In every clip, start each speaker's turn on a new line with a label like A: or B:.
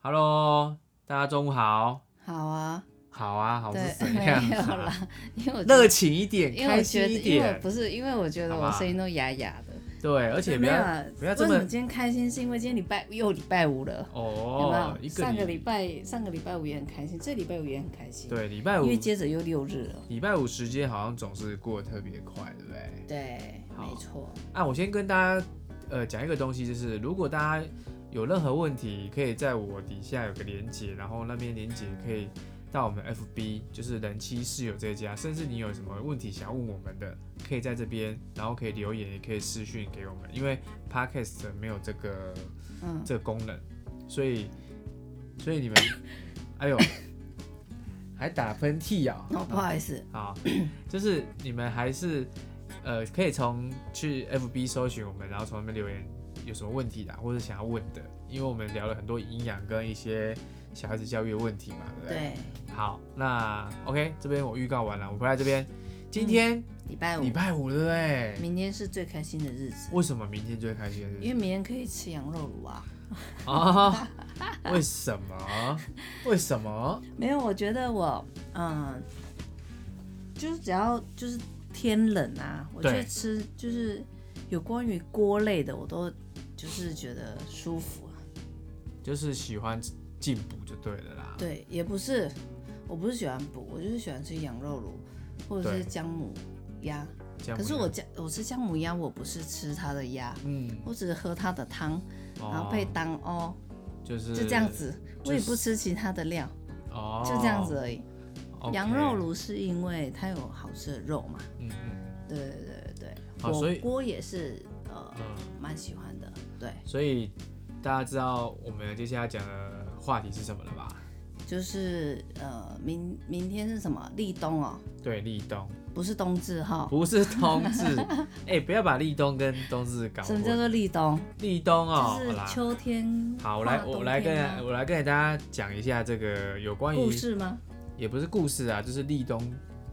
A: Hello，大家中午好。
B: 好啊，
A: 好啊，好是
B: 对，
A: 怎
B: 没
A: 样
B: 有
A: 啊？
B: 啦，因为我觉
A: 热
B: 得，
A: 情一点，
B: 因为
A: 开
B: 我
A: 心
B: 觉得，
A: 一
B: 因为我
A: 点。
B: 不是，因为我觉得
A: 好
B: 我
A: 吧
B: 声音都哑哑的，
A: 对，而且不
B: 没有
A: 要
B: 啊。
A: 不要
B: 为
A: 这
B: 什
A: 么
B: 么今天开心？是因为今天礼拜又礼拜五了，有
A: 哦
B: 没，
A: 一
B: 有？
A: 个
B: 上个礼拜上个礼拜五也很开心，这礼拜五也很开心，，
A: 对礼拜五
B: 因为接着又六日了，
A: 礼拜五时间好像总是过得特别快，对不对？
B: 对，
A: 好
B: 没错，
A: 啊，我先跟大家呃讲一个东西，就是如果大家有任何问题，可以在我底下有个连接，然后那边连接可以到我们 FB，就是人妻室友这一家，甚至你有什么问题想问我们的，可以在这边，然后可以留言，也可以私讯给我们，因为 Podcast 没有这个
B: 嗯，
A: 这个功能，所以所以你们，哎呦，还打喷嚏呀、
B: 哦，不好意思，
A: 啊， 就是你们还是呃，可以从去 FB 搜寻我们，然后从那边留言有什么问题啦，或者想要问的，因为我们聊了很多营养跟一些小孩子教育的问题嘛，对不对？
B: 对，
A: 好，那 OK，这边我预告完了，我回来这边，今天
B: 礼拜五
A: 礼，拜五，对不对？
B: 明天是最开心的日子，
A: 为什么明天最开 心的日
B: 因为
A: 子？
B: 明天可以吃羊肉炉啊。
A: 啊？为什么？为什么？
B: 没有，我觉得我嗯，就是只要就是天冷啊，我
A: 对
B: 就吃就是有关于锅类的，我都就是觉得舒服啊。
A: 就是喜欢进补就对了啦。
B: 对，也不是，我不是喜欢补，我就是喜欢吃羊肉炉或者是
A: 对
B: 姜母鸭。
A: 这样
B: 可
A: 不
B: 是我姜我吃姜母鸭，我不是吃它的鸭，
A: 嗯，
B: 我只是喝它的汤，然后
A: 哦
B: 配当哦，
A: 就是
B: 就这样子，
A: 就
B: 我也
A: 是
B: 不吃其他的料，
A: 哦，
B: 就这样子而已。
A: OK
B: 羊肉，炉是因为它有好吃的肉嘛。
A: 嗯嗯，
B: 对对对对对，
A: 好所以
B: 火锅也是呃
A: 嗯
B: 蛮喜欢的，对，
A: 所以大家知道我们接下来讲的话题是什么了吧？
B: 就是呃明明天是什么立冬哦，
A: 对，立冬
B: 不是冬至哈、
A: 不是冬 至，哎、不要把立冬跟冬至搞
B: 什么叫
A: 混。
B: 做立冬？
A: 立冬哦，
B: 就是
A: 好啦，
B: 秋天
A: 好，我来
B: 跨冬
A: 我来
B: 天
A: 跟
B: 啊
A: 我来跟大家讲一下这个有关于
B: 故事吗？
A: 也不是故事啊，就是立冬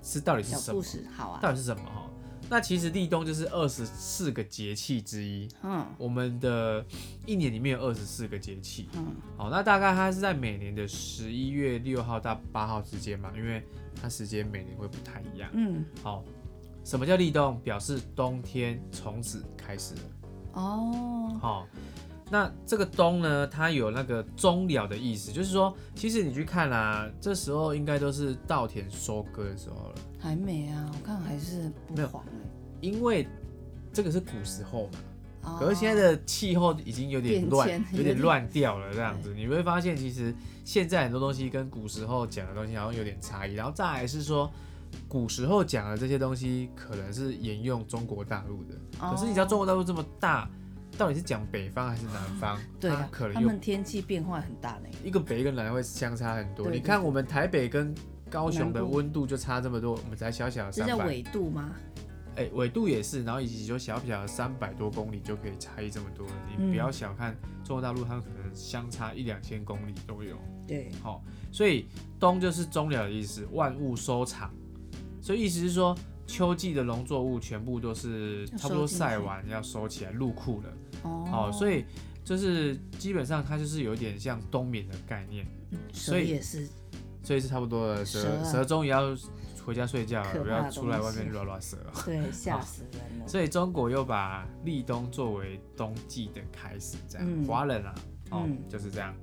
A: 是到底是
B: 小
A: 什
B: 故
A: 么？
B: 事，好
A: 到
B: 啊，
A: 底是什么哈？那其实立冬就是二十四个节气之一，
B: 嗯
A: 我们的一年里面有二十四个节气。
B: 嗯，
A: 好，那大概它是在每年的十一月六号到八号之间嘛，因为它时间每年会不太一样。
B: 嗯
A: 好，什么叫立冬？表示冬天从此开始了。
B: 哦，
A: 好、那这个冬呢，它有那个终了的意思，就是说，其实你去看啦、这时候应该都是稻田收割的时候了，
B: 还没啊，我看还是不
A: 没有
B: 黄哎、
A: 因为这个是古时候嘛。
B: 哦
A: 可是现在的气候已经有点乱
B: 变，迁
A: 有
B: 有
A: 点
B: 点
A: 乱掉了这样子，你会发现其实现在很多东西跟古时候讲的东西好像有点差异。然后再来是说，古时候讲的这些东西可能是沿用中国大陆的，
B: 哦
A: 可是你知道中国大陆这么大，到底是讲北方还是南方？
B: 对
A: 它
B: 啊，
A: 可
B: 他
A: 能又
B: 们天气变化很大呢，
A: 一个北一个南会相差很多。
B: 对
A: 你
B: 对
A: 看
B: 对
A: 我们台北跟高雄的
B: 南部
A: 温度就差这么多，我们才小小的
B: 这
A: 三
B: 叫
A: 百，
B: 纬度吗？
A: 哎、纬度也是，然后以及就小小的三百多公里就可以差异这么多了，你不
B: 嗯
A: 要小看中国大陆，他们可能相差一两千公里都有。
B: 对，
A: 好、所以冬就是终了的意思，万物收场。所以意思是说，秋季的农作物全部都是
B: 要
A: 差不多
B: 收进去
A: 晒完要收起来入库了。
B: 哦
A: 好、，所以就是基本上它就是有点像冬眠的概念，所
B: 蛇
A: 以
B: 也是
A: 所以是差不多的。
B: 蛇
A: 蛇
B: 啊
A: 蛇中也要回家睡觉了，
B: 可
A: 不
B: 怕
A: 要
B: 的
A: 出来
B: 东
A: 外面
B: 西
A: 乱乱蛇了。
B: 对，吓死人了。
A: 所以中国又把立冬作为冬季的开始，这样，
B: 嗯
A: 华、人啊，哦，
B: 嗯
A: 就是这样。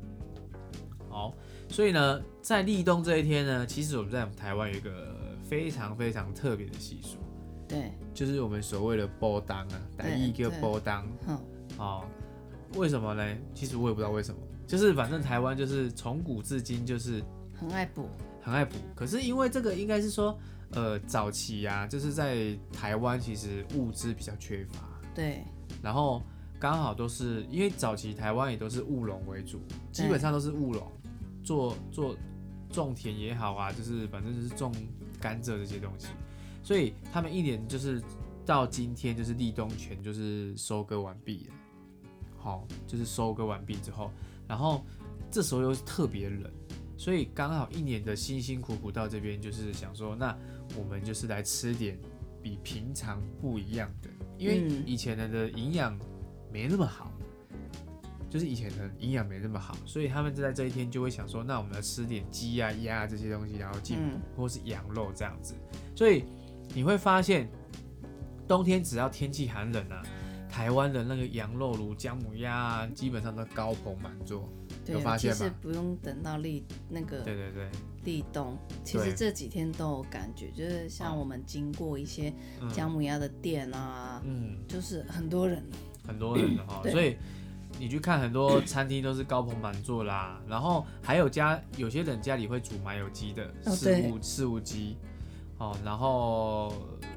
A: 好，所以呢，在立冬这一天呢，其实我们在我们台湾有一个非常非常特别的习俗，
B: 对，
A: 就是我们所谓的波当啊，
B: 对
A: 台语叫波当
B: 哼，
A: 哦。为什么呢？其实我也不知道为什么，就是反正台湾就是从古至今就是
B: 很爱补，
A: 很爱补，可是因为这个应该是说，呃，早期啊，就是在台湾其实物资比较缺乏，
B: 对，
A: 然后刚好都是因为早期台湾也都是务农为主，
B: 对
A: 基本上都是务农，做做种田也好啊，就是反正就是种甘蔗这些东西，所以他们一年就是到今天就是立冬前就是收割完毕了，好，就是收割完毕之后，然后这时候又是特别冷。所以刚好一年的辛辛苦苦到这边，就是想说，那我们就是来吃点比平常不一样的，因为
B: 嗯
A: 以前人的营养没那么好，就是以前可能营养没那么好，所以他们就在这一天就会想说，那我们要吃点鸡啊、鸭啊这些东西，然后进
B: 嗯
A: 或是羊肉这样子。所以你会发现，冬天只要天气寒冷啊，台湾的那个羊肉炉、姜母鸭啊，基本上都高朋满座。有
B: 对
A: 发，
B: 其
A: 现
B: 实
A: 吗
B: 不用等到立那个
A: 对对对，
B: 立冬，其实
A: 对
B: 这几天都有感觉，就是像我们经过一些
A: 嗯
B: 姜母鸭的店啊，
A: 嗯，
B: 就是很多人，
A: 很多人的哈
B: 对
A: 所以你去看很多餐厅都是高朋满座啦。然后还有家有些人家里会煮麻油鸡的
B: 哦
A: 四物四物鸡哦，然后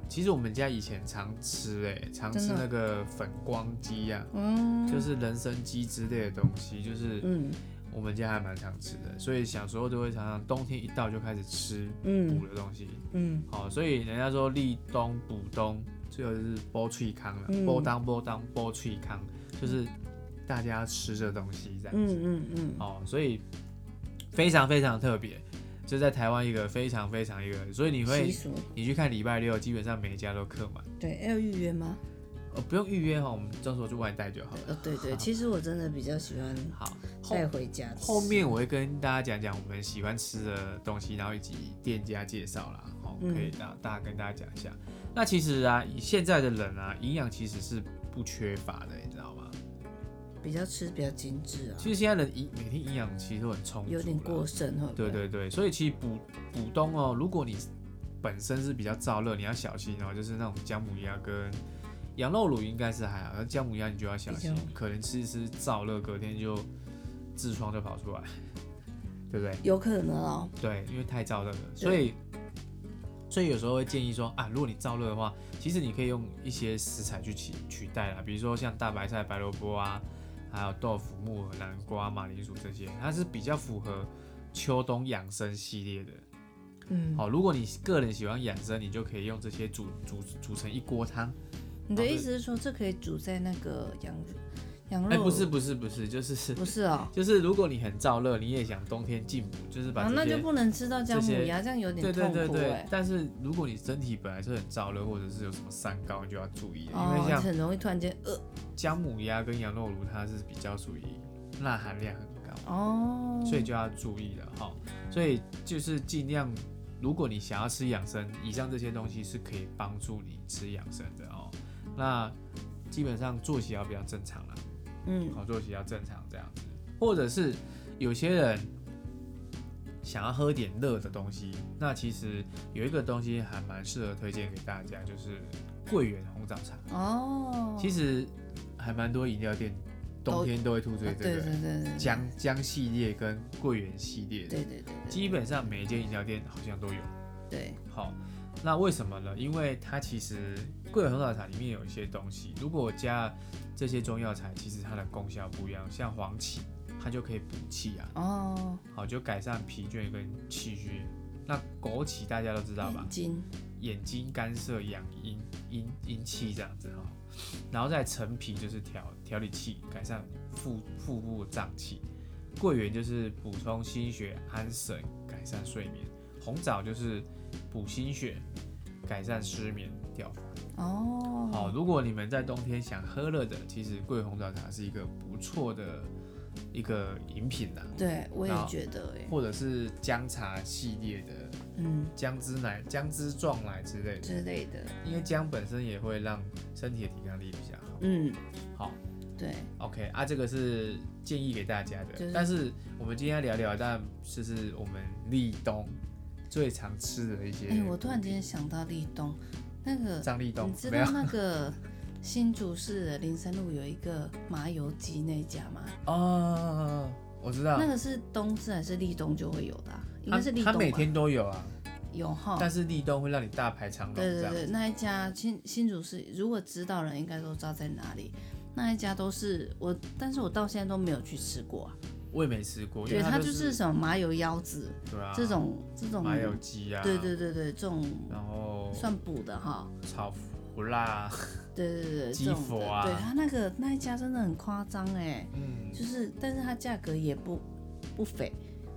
A: 其实我们家以前常吃哎、常吃
B: 真的
A: 那个粉光鸡呀、
B: 嗯
A: 就是人参鸡之类的东西，就是
B: 嗯
A: 我们家还蛮常吃的，所以小时候都会常常冬天一到就开始吃
B: 嗯
A: 补的东西。
B: 嗯，
A: 好、所以人家说立冬补冬，最后就是剥脆康了，
B: 嗯
A: 剥当剥当剥脆康，就是大家吃这东西这样子。
B: 嗯嗯嗯，
A: 哦，所以非常非常特别，就在台湾一个非常非常一个，所以你
B: 习
A: 会
B: 俗
A: 你去看礼拜六，基本上每一家都客满，
B: 对要预约吗？
A: 哦，不用预约哈、哦，我们到时候就外带就好了。
B: 呃，对对，其实我真的比较喜欢
A: 好，后
B: 带回家吃。
A: 后面我会跟大家讲讲我们喜欢吃的东西，然后以及店家介绍啦，哦，
B: 嗯
A: 可以大大家跟大家讲一下。那其实啊，以现在的人啊，营养其实是不缺乏的，你知道吗？
B: 嗯比较吃比较精致啊，
A: 其实现在人营每天营养其实都很充足，
B: 有点过。剩，会不
A: 对
B: 会？
A: 对对，所以其实补补冬哦，如果你本身是比较燥热，你要小心哦，就是那种姜母鸭跟羊肉乳应该是还好，那姜母鸭你就要小心
B: 比较，
A: 可能吃一吃燥热，隔天就痔疮就跑出来， 对不对？
B: 有可能哦。
A: 对，因为太燥热了，所以所以有时候会建议说啊，如果你燥热的话，其实你可以用一些食材去取取代啦，比如说像大白菜、白萝卜啊，还有豆腐、木耳、南瓜、马铃薯这些，它是比较符合秋冬养生系列的。
B: 嗯，
A: 好，如果你个人喜欢养生，你就可以用这些煮煮煮成一锅汤。
B: 你的
A: 好
B: 意
A: 哦对
B: 思是说这可以煮在那个羊羊
A: 哎、
B: 肉？
A: 不是不是不是，就是
B: 不是哦，
A: 就是如果你很燥热，你也想冬天进补，就是把这
B: 啊
A: 些、
B: 那就不能吃到姜母鸭，这样有
A: 对
B: 点
A: 对
B: 痛
A: 对
B: 苦
A: 对
B: 哎，。
A: 但是如果你身体本来就很燥热，或者是有什么三高，你就要注意了，因
B: 哦
A: 为，像
B: 很容易突然间呃饿
A: 姜母鸭跟羊肉炉，它是比较属于钠含量很高，
B: 哦。
A: 所以就要注意了哈。所以就是尽量，如果你想要吃养生，以上这些东西是可以帮助你吃养生的哦。那基本上作息要比较正常啦，
B: 嗯
A: 好作息要正常这样子，或者是有些人想要喝点热的东西，那其实有一个东西还蛮适合推荐给大家，就是桂圆红枣茶。
B: 哦，
A: 其实还蛮多饮料店冬天都会吐出
B: 啊
A: 这
B: 对对
A: 个
B: 对对对
A: 姜姜系列跟桂圆系列的，
B: 对对对对
A: 基本上每一间饮料店好像都有。
B: 对，
A: 好，那为什么呢？因为它其实桂圆红枣茶里面有一些东西，如果我加这些中药材，其实它的功效不一样。像黄芪，它就可以补气啊，
B: 哦，
A: 好就改善疲倦跟气虚。那枸杞大家都知道吧
B: 眼？睛
A: 眼睛干涩、养阴、阴阴气这样子哈、然后再陈皮就是调调理气，改善腹腹部胀气。桂圆就是补充心血安神，改善睡眠。红枣就是补心血，改善失眠掉发。
B: 哦，
A: 好、如果你们在冬天想喝热的，其实桂圆红枣茶是一个不错的一个饮品啦、
B: 对我也
A: 然后
B: 觉得哎，
A: 或者是姜茶系列的
B: 嗯
A: 姜汁奶、姜汁撞奶之类的。
B: 之类的，
A: 因为姜本身也会让身体的抵抗力比较
B: 嗯，
A: 好。好
B: 对，
A: ，OK 啊，这个是建议给大家的。
B: 就是
A: 但是我们今天要聊聊，但就是我们立冬最常吃的一些。
B: 哎、我突然间想到立冬，那个
A: 张立冬
B: 你知
A: 没有
B: 道那个新竹市的林森路有一个麻油鸡那一家吗？
A: 哦，我知道
B: 那，个是冬至还是立冬就会有的、啊，应
A: 它
B: 该是立
A: 它
B: 冬
A: 每
B: 吧
A: 天都有啊，
B: 有哈。
A: 但是立冬会让你大排长龙
B: 对
A: 这
B: 对
A: 样。
B: 对，那一家新新竹市，如果知道人应该都知道在哪里。那一家都是我，但是我到现在都没有去吃过、啊。
A: 我也没吃过，因
B: 对，
A: 为
B: 它
A: 就
B: 就是什么麻油腰子、
A: 对啊，
B: 这种这种，
A: 麻油鸡啊，
B: 对对，对对，这种
A: 然后
B: 算补的哈。
A: 炒胡辣，
B: 对对对，
A: 鸡
B: 这种
A: 佛
B: 的
A: 啊
B: 对他那个那一家真的很夸张哎，
A: 嗯，
B: 就是，但是它价格也不不菲，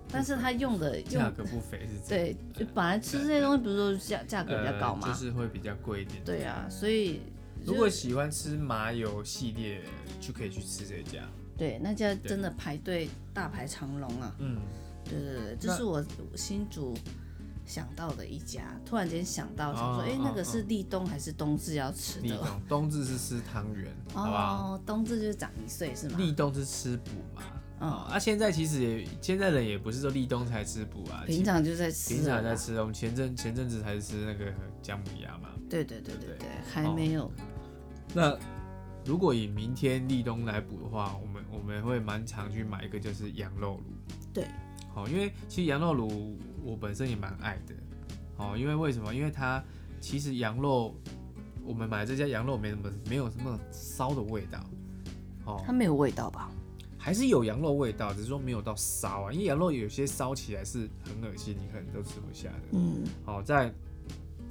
B: 但是它用的
A: 价
B: 用
A: 格不菲是这样。
B: 对，就本来吃这些东西不是都价价格比较高
A: 呃，
B: 嘛，
A: 就是会比较贵一点。
B: 对啊，所以
A: 如果喜欢吃麻油系列，就可以去吃这家。
B: 对，那家真的排队大排长龙啊！
A: 嗯，
B: 对对对，这
A: 那
B: 是我新竹想到的一家，突然间想到，
A: 哦
B: 想说，哎、
A: 哦
B: 那个是立冬还是冬至要吃
A: 立
B: 的？
A: 冬，冬至是吃汤圆，好不好？
B: 哦，冬至就是长一岁是吗？
A: 立冬是吃补嘛，
B: 嗯
A: 哦，啊，现在其实也现在人也不是说立冬才吃补啊，
B: 平常就在吃，
A: 平常在。吃，我们前阵前阵子才吃那个姜母鸭嘛。
B: 对对
A: 对
B: 对
A: 哦
B: 对
A: 不
B: 对，还没有。
A: 那如果以明天立冬来补的话，我们我们会蛮常去买一个就是羊肉炉。
B: 对，
A: 好、因为其实羊肉炉我本身也蛮爱的。哦，因为为什么？因为它其实羊肉，我们买这家羊肉没什么没有什么骚的味道。哦，
B: 它没有味道吧？
A: 还是有羊肉味道，只是说没有到骚啊。因为羊肉有些骚起来是很恶心，你可能都吃不下的。
B: 嗯，
A: 哦，在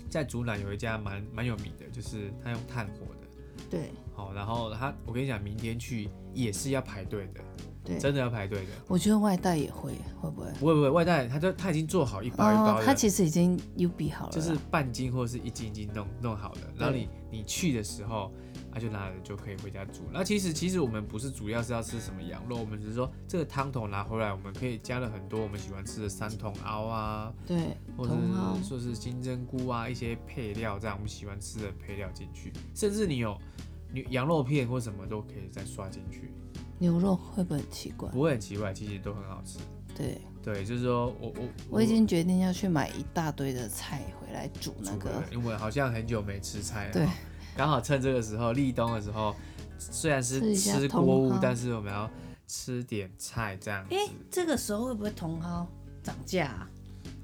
A: 在竹南有一家蛮蛮有名的，就是它用炭火的。
B: 对
A: 好、然后它我跟你讲，明天去也是要排队的，
B: 对。
A: 真的要排队的。
B: 我觉得外带也会，会不会？
A: 不会不会，外带它就它已经做好一包一包
B: 哦，
A: 的，
B: 它其实已经 U B 好了啦，
A: 就是半斤或者是一斤一斤弄弄好的。然后你你去的时候，啊就拿了就可以回家煮。那其实其实我们不是主要是要吃什么羊肉，我们只是说这个汤头拿回来，我们可以加了很多我们喜欢吃的三桶凹啊，
B: 对，
A: 或者
B: 茼蒿
A: 是说是金针菇啊，一些配料这样我们喜欢吃的配料进去，甚至你有你羊肉片或什么都可以再刷进去，
B: 牛肉会不会很奇怪？
A: 不会很奇怪，其实都很好吃。
B: 对，
A: 对，就是说我我
B: 我已经决定要去买一大堆的菜回来煮
A: 煮
B: 那个
A: 了，因为好像很久没吃菜了，
B: 对，
A: 刚好趁这个时候立冬的时候，虽然
B: 吃
A: 是
B: 一下
A: 吃锅
B: 茼
A: 物
B: 蒿，
A: 但是我们要吃点菜这样子
B: 哎、，这个时候会不会茼蒿涨价、啊？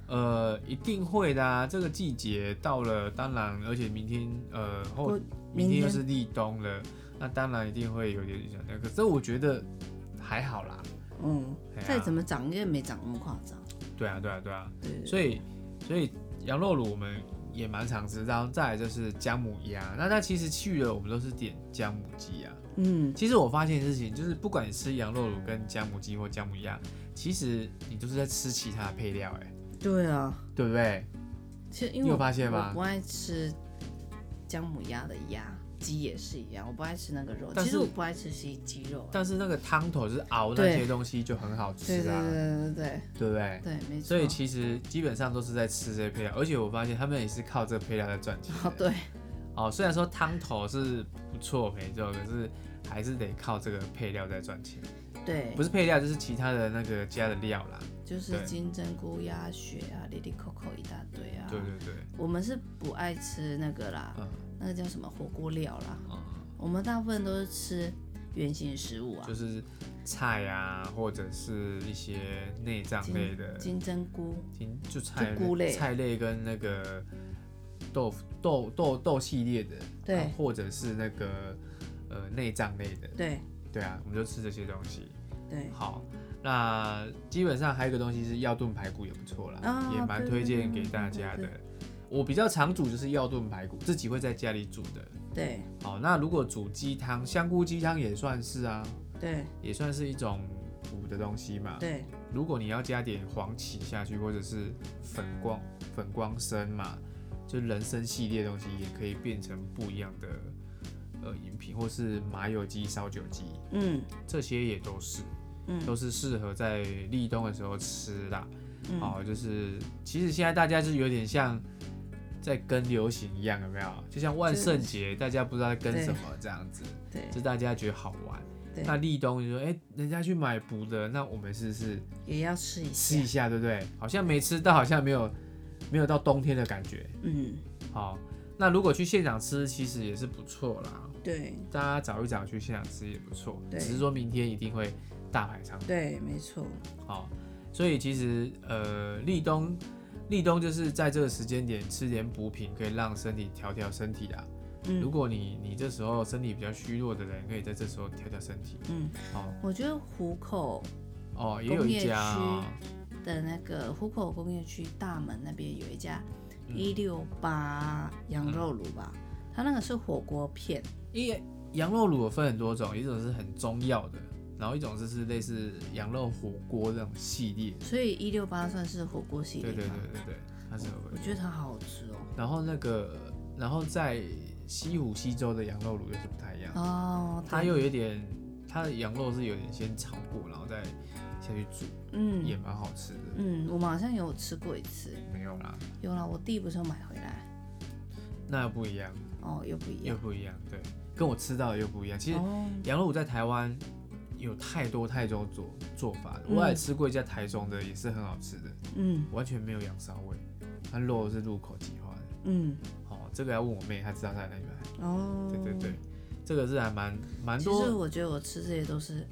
A: 呃，一定会的啊，这个季节到了，当然，而且明天呃后
B: 我
A: 明
B: 明
A: 天又
B: 天
A: 是立冬了，那当然一定会有点影响。那个，这我觉得还好啦。
B: 嗯，
A: 哎呀
B: 再怎么涨也没涨那么夸张。
A: 对啊，对啊，对啊。
B: 对，
A: 所以，所以羊肉卤我们也蛮常吃，然后再来就是姜母鸭。那它其实去了，我们都是点姜母鸡啊。
B: 嗯，
A: 其实我发现一件事情，就是不管你吃羊肉卤跟姜母鸡或姜母鸭，其实你都是在吃其他的配料、欸，哎，
B: 对啊，
A: 对不对？
B: 其实因
A: 你
B: 为
A: 有
B: 我
A: 发现吗
B: 我不爱吃姜母鸭的鸭，鸡也是一样，我不爱吃那个肉。
A: 但
B: 其
A: 是
B: 实我不爱吃鸡鸡肉、啊
A: 但是那个汤头就是熬那
B: 对
A: 些东西就很好
B: 对
A: 吃
B: 对
A: 啊，
B: 对对对
A: 对不对？
B: 对，没错。
A: 啊所以其实基本上都是在吃这些配料，而且我发现他们也是靠这配料在赚钱
B: 哦
A: 的。
B: 对，
A: 哦，虽然说汤头是不错没错，可是还是得靠这个配料在赚钱，
B: 对
A: 不，是配料就是其他的那个加的料啦。
B: 就是
A: 对
B: 金针菇、鸭血啊，里里扣扣一大堆啊。
A: 对对对，
B: 我们是不爱吃那个啦，
A: 嗯
B: 那个叫什么火锅料啦，
A: 嗯，
B: 我们大部分都是吃原形食物啊，
A: 就是菜啊，或者是一些内脏类的，
B: 金针菇，
A: 金就菜
B: 就菇类
A: 菜类跟那个豆腐豆豆豆系列的，
B: 对
A: 然后或者是那个呃内脏类的，
B: 对
A: 对啊，我们就吃这些东西。
B: 对，
A: 好，那基本上还有一个东西是药炖排骨也不错啦，
B: 啊
A: 也蛮推荐给大家的
B: 对对对。
A: 我比较常煮就是药炖排骨，自己会在家里煮的。
B: 对
A: 好，哦那如果煮鸡汤，香菇鸡汤也算是啊，
B: 对
A: 也算是一种补的东西嘛。
B: 对
A: 如果你要加点黄芪下去，或者是粉光粉光参嘛，就人参系列的东西也可以变成不一样的呃饮品，或是麻油鸡、烧酒鸡，
B: 嗯
A: 这些也都是。
B: 嗯
A: 都是适合在立冬的时候吃啦。
B: 嗯
A: 好、就是其实现在大家就是有点像在跟流行一样，有没有？就像万圣节，大家不知道在跟什么这样子，
B: 对
A: 就大家觉得好玩。
B: 对
A: 那立冬你说，哎、人家去买补的，那我们试试
B: 也要吃一
A: 吃
B: 下
A: 一，下，对不对？好像没吃到，好像没有没有到冬天的感觉。
B: 嗯
A: 好、那如果去现场吃，其实也是不错啦。
B: 对
A: 大家找一找去现场吃也不错，
B: 对
A: 只是说明天一定会大排长龙。
B: 对没错，
A: 好，所以其实呃，立冬，立冬就是在这个时间点吃点补品，可以让身体调调身体啊。如
B: 嗯
A: 果你你这时候身体比较虚弱的人，可以在这时候调调身体。
B: 嗯，
A: 哦
B: 我觉得虎口
A: 哦，也有一家哦，
B: 的那个虎口工业区大门那边有一家
A: 嗯
B: 一六八羊肉炉吧，它那个是火锅片，
A: 一羊肉卤有分很多种，一种是很中药的，然后一种就是类似羊肉火锅这种系列。
B: 所以一六八算是火锅系
A: 对
B: 列
A: 对对
B: 吧。
A: 对对，它是有分
B: 我觉得它好好吃哦。
A: 然后那个，然后在西湖西州的羊肉卤又是不太一样的。
B: 哦，
A: 它又有一点它的羊肉是有点先炒过，然后再下去煮，也
B: 嗯
A: 蛮好吃的。
B: 嗯，我们好像有吃过一次，
A: 没有啦，
B: 有啦，我弟不是有买回来，
A: 那又不一样，
B: 哦，又不一
A: 又
B: 样，
A: 不一样，对，跟我吃到的又不一样。其实
B: 哦，
A: 羊肉炉在台湾有太多太多做做法了，我也吃过一家台中的，也是很好吃的，
B: 嗯
A: 完全没有羊骚味，它肉是入口即化的。
B: 嗯，
A: 哦，这个要问我妹，她知道在哪里买。
B: 哦，
A: 对对对，这个是还蛮蛮
B: 其实
A: 多，
B: 我觉得我吃这些都是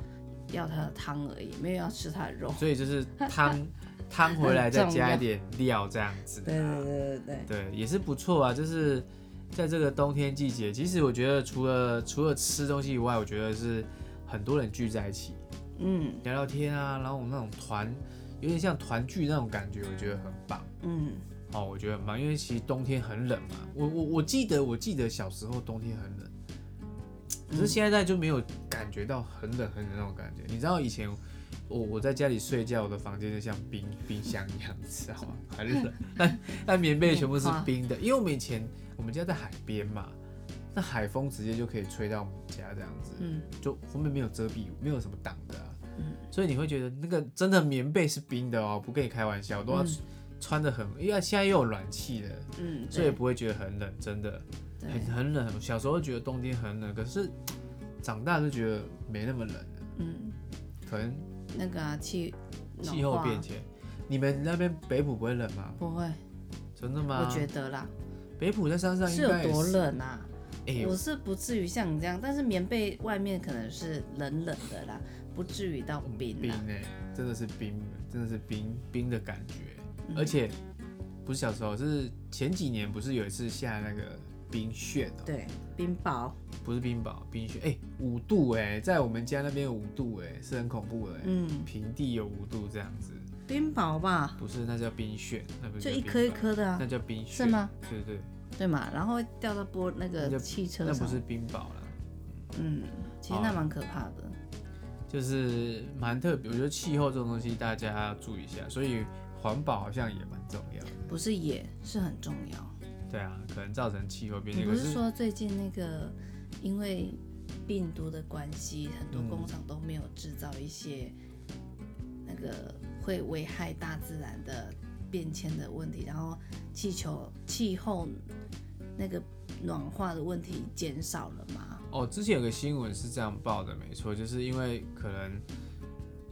B: 要它的汤而已，没有要吃它的肉。
A: 所以 就是汤汤回来再
B: 很重
A: 加一
B: 要
A: 点料这样子、啊。
B: 对对对对对，
A: 对，也是不错啊。就是在这个冬天季节，其实我觉得除了除了吃东西以外，我觉得是很多人聚在一起
B: 嗯
A: 聊聊天啊，然后我们那种团，有点像团聚那种感觉，我觉得很棒。
B: 嗯，
A: 哦，我觉得很棒，因为其实冬天很冷嘛。我我我记得我记得小时候冬天很冷，可是现在就没有感觉到很冷很冷那种感觉。你知道以前我我在家里睡觉，我的房间就像冰冰箱一样，你知道吗？很冷，但但棉被全部是冰的，因为我们以前我们家在海边嘛，那海风直接就可以吹到我们家这样子，
B: 嗯，
A: 就后面没有遮蔽，没有什么挡的、啊，
B: 嗯
A: 所以你会觉得那个真的棉被是冰的哦，不跟你开玩笑，都要
B: 嗯
A: 穿的很，因为现在又有暖气了，
B: 嗯，
A: 所以
B: 对
A: 不会觉得很冷，真的。
B: 对
A: 很很冷。小时候觉得冬天很冷，可是长大就觉得没那么冷了，
B: 嗯，
A: 可能
B: 那个啊气暖
A: 气候
B: 化
A: 变迁。你们那边北埔不会冷吗？
B: 不会，
A: 真的吗？
B: 我觉得啦，
A: 北埔在山上啊应
B: 是
A: 该
B: 有
A: 也
B: 多
A: 是？
B: 冷啊？
A: 哎、
B: 我是不至于像你这样，但是棉被外面可能是冷冷的啦，不至于到冰
A: 冰
B: 啊。
A: 哎、真的是冰，真的是冰冰的感觉。
B: 嗯
A: 而且不是小时候，是前几年不是有一次下那个冰炫哦、
B: 对，冰雹，
A: 不是冰雹，冰雪，哎、五度哎、在我们家那边有五度哎、是很恐怖的、哎
B: 嗯，
A: 平地有五度这样子，
B: 冰雹吧，
A: 不是那叫冰雪，那不是
B: 就
A: 叫
B: 一
A: 冰
B: 颗一
A: 雹
B: 颗的啊
A: 那，叫冰雪
B: 是吗？
A: 对对
B: 对嘛，然后会掉到玻那
A: 那
B: 个
A: 就
B: 汽
A: 对，
B: 车
A: 那不
B: 上，
A: 是冰雹啦，
B: 嗯，其实
A: 好啊
B: 那蛮可怕的。
A: 就是蛮特别。我觉得气候这种东西大家要注意一下，所以环保好像也蛮重要的。
B: 不是也是很重要。
A: 对啊，可能造成气候变
B: 你
A: 迁。
B: 不
A: 可
B: 是
A: 是
B: 说最近那个因为病毒的关系，很
A: 嗯
B: 多工厂都没有制造一些那个会危害大自然的变迁的问题，然后气球气候那个暖化的问题减少了吗？
A: 哦，之前有个新闻是这样报的，没错，就是因为可能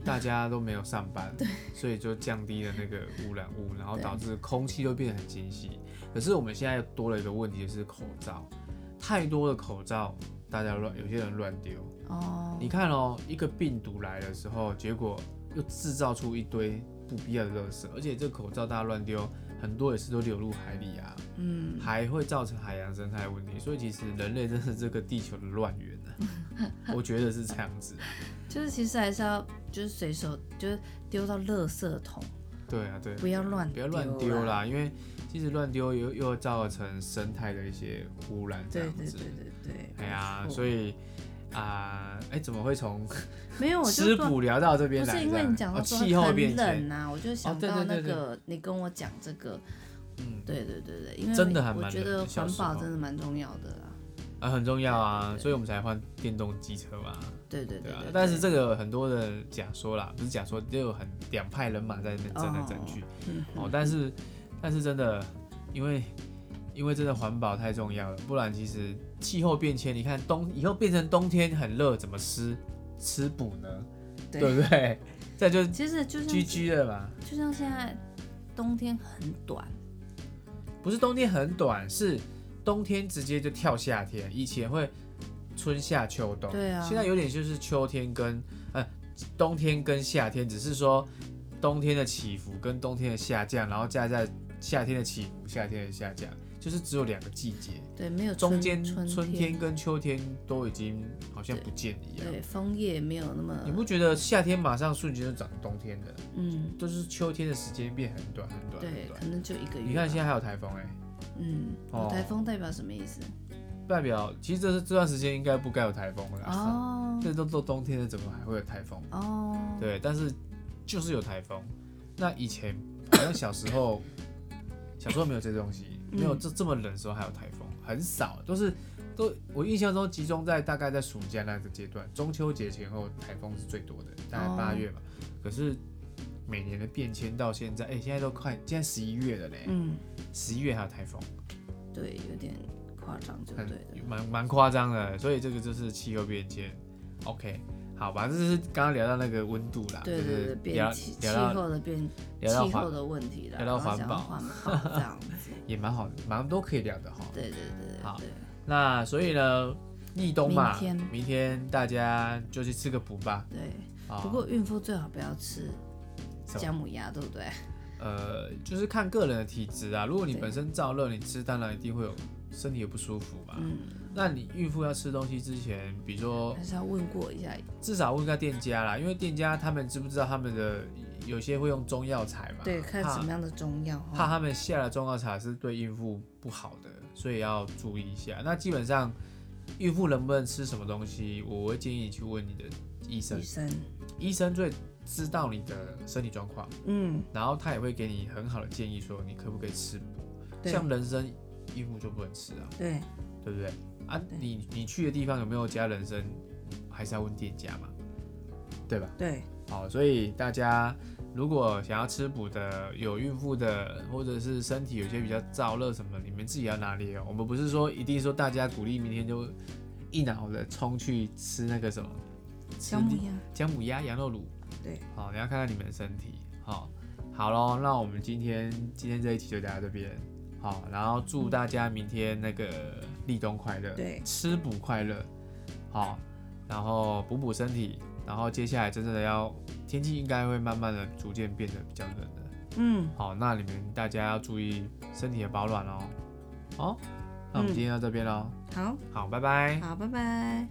A: 大家都没有上班，所以就降低了那个污染物，然后
B: 对
A: 导致空气都变得很清晰。可是我们现在又多了一个问题，就是口罩，太多的口罩，大家乱，有些人乱丢。
B: 哦，
A: 你看哦，一个病毒来的时候，结果又制造出一堆不必要的垃圾，而且这口罩大家乱丢，很多也是都流入海里啊，
B: 嗯，
A: 还会造成海洋生态问题。所以其实人类真是这个地球的乱源啊， 我觉得是这样子。
B: 就是其实还是要就是随手就是丢到垃圾桶，
A: 对啊，对，
B: 不要乱
A: 不要乱
B: 丢
A: 丢
B: 啦。
A: 啦，因为其实乱丢又又造成生态的一些污染这
B: 对
A: 样
B: 对
A: 子
B: 对。对对，
A: 哎呀，
B: 没错
A: 所以啊，哎、怎么会从
B: 没有我就
A: 食
B: 说
A: 补聊到这边
B: 不
A: 来这
B: 是
A: 样？
B: 因为你讲
A: 哦
B: 到说
A: 气候变
B: 很
A: 迁哦
B: 冷，啊，我就想
A: 对
B: 到
A: 对
B: 那
A: 对对
B: 个你跟我讲这个，
A: 嗯，
B: 对对对对，因为
A: 真的还蛮
B: 我觉
A: 冷的
B: 得
A: 小
B: 环
A: 时
B: 保
A: 候
B: 真的蛮重要的啦。
A: 啊，很重要啊，
B: 对对对
A: 所以我们才换电动机车嘛，
B: 对对
A: 对
B: 对
A: 啊。
B: 对，
A: 但是这个有很多的假说啦，不是假说，就有很两派人马在那边争来争去
B: 嗯
A: 哦。但是，但是真的，因为因为真的环保太重要了，不然其实气候变迁，你看冬以后变成冬天很热，怎么吃吃补呢？
B: 对
A: 对不对？ 再就
B: 其实就像
A: GG 了嘛，
B: 就像现在冬天很短，
A: 不是冬天很短，是冬天直接就跳夏天。以前会春夏秋冬，
B: 对啊
A: 现在有点就是秋天跟呃冬天跟夏天，只是说冬天的起伏跟冬天的下降，然后加在夏天的起伏、夏天的下降，就是只有两个季节，
B: 对，没有
A: 中
B: 春
A: 间
B: 春
A: 春天跟秋天都已经好像不见一样。
B: 对枫叶没有那
A: 你
B: 么
A: 不觉得夏天马上瞬间就长冬天了？
B: 嗯，
A: 就是秋天的时间变很短很短很
B: 对，
A: 短
B: 可。能就一个月吧。
A: 你看现在还有台风哎、
B: 嗯，
A: 哦
B: 有台风代表什么意思？
A: 代表其实这是这段时间应该不该有台风了啦。
B: 哦
A: 这都都冬天了，怎么还会有台风？
B: 哦，
A: 啊对，但是就是有台风。那以
B: 嗯
A: 前好像小时候，小时候没有这东西，没有这这么冷的时候还有台风，很少，都是都我印象中集中在大概在暑假那个阶段，中秋节前后台风是最多的，大概
B: 哦
A: 八月吧。可是每年的变迁到现在，哎、现在都快现在十一月了呢，
B: 嗯，
A: 十一月还有台风，
B: 对，有点夸张就对
A: 很
B: 了。
A: 蛮蛮夸张的。所以这个就是气候变迁。OK，好吧，这是刚刚聊到那个温度啦，
B: 对对对，
A: 啊就是聊
B: 变气气
A: 聊到
B: 候的变
A: 聊到
B: 气
A: 环
B: 候的问题
A: 聊
B: 了，
A: 到
B: 然后
A: 环
B: 讲
A: 保
B: 环 保这样子。
A: 也蛮好的，蛮都可以聊的哈。
B: 对对对
A: 好
B: 对
A: 那所以呢，立冬嘛，
B: 明天
A: 大家就去吃个补吧。
B: 对
A: 啊、
B: 对。不过孕妇最好不要吃
A: 什么
B: 姜母鸭，对不对？
A: 呃，就是看个人的体质啊。如果你
B: 对
A: 本身燥热，你吃当然一定会有身体也不舒服嘛。
B: 嗯，
A: 那你孕妇要吃东西之前，比如说
B: 还是要问过一下。
A: 至少问一下店家啦，因为店家他们知不知道他们的有些会用中药材嘛，
B: 对，看
A: 怕
B: 什么样的中药
A: 怕
B: 哈。
A: 他们下了中药茶是对孕妇不好的，所以要注意一下。那基本上，孕妇能不能吃什么东西，我会建议你去问你的医生
B: 医，生，
A: 医生最知道你的身体状况，
B: 嗯，
A: 然后他也会给你很好的建议，说你可不可以吃补。
B: 对
A: 像人参，孕妇就不能吃啊，
B: 对
A: 对不对？啊，
B: 对
A: 你你去的地方有没有加人参，还是要问店家嘛，对吧？
B: 对，
A: 好，所以大家如果想要吃补的，有孕妇的，或者是身体有些比较燥热什么，你们自己要拿捏哦。我们不是说一定说大家鼓励明天就一脑的冲去吃那个什么，吃
B: 姜母
A: 地
B: 鸭，
A: 姜母鸭、羊肉卤。
B: 对，
A: 好，你要看看你们的身体。好，好喽，那我们今天今天这一期就聊到这边。好，然后祝大家明天那个立冬快乐，
B: 对
A: 吃补快乐。好，然后补补身体，然后接下来真正的要天气应该会慢慢的逐渐变得比较冷的。
B: 嗯，
A: 好，那你们大家要注意身体的保暖哦。好，那我们
B: 嗯
A: 今天到这边喽。
B: 好，
A: 好，拜拜。
B: 好，拜拜。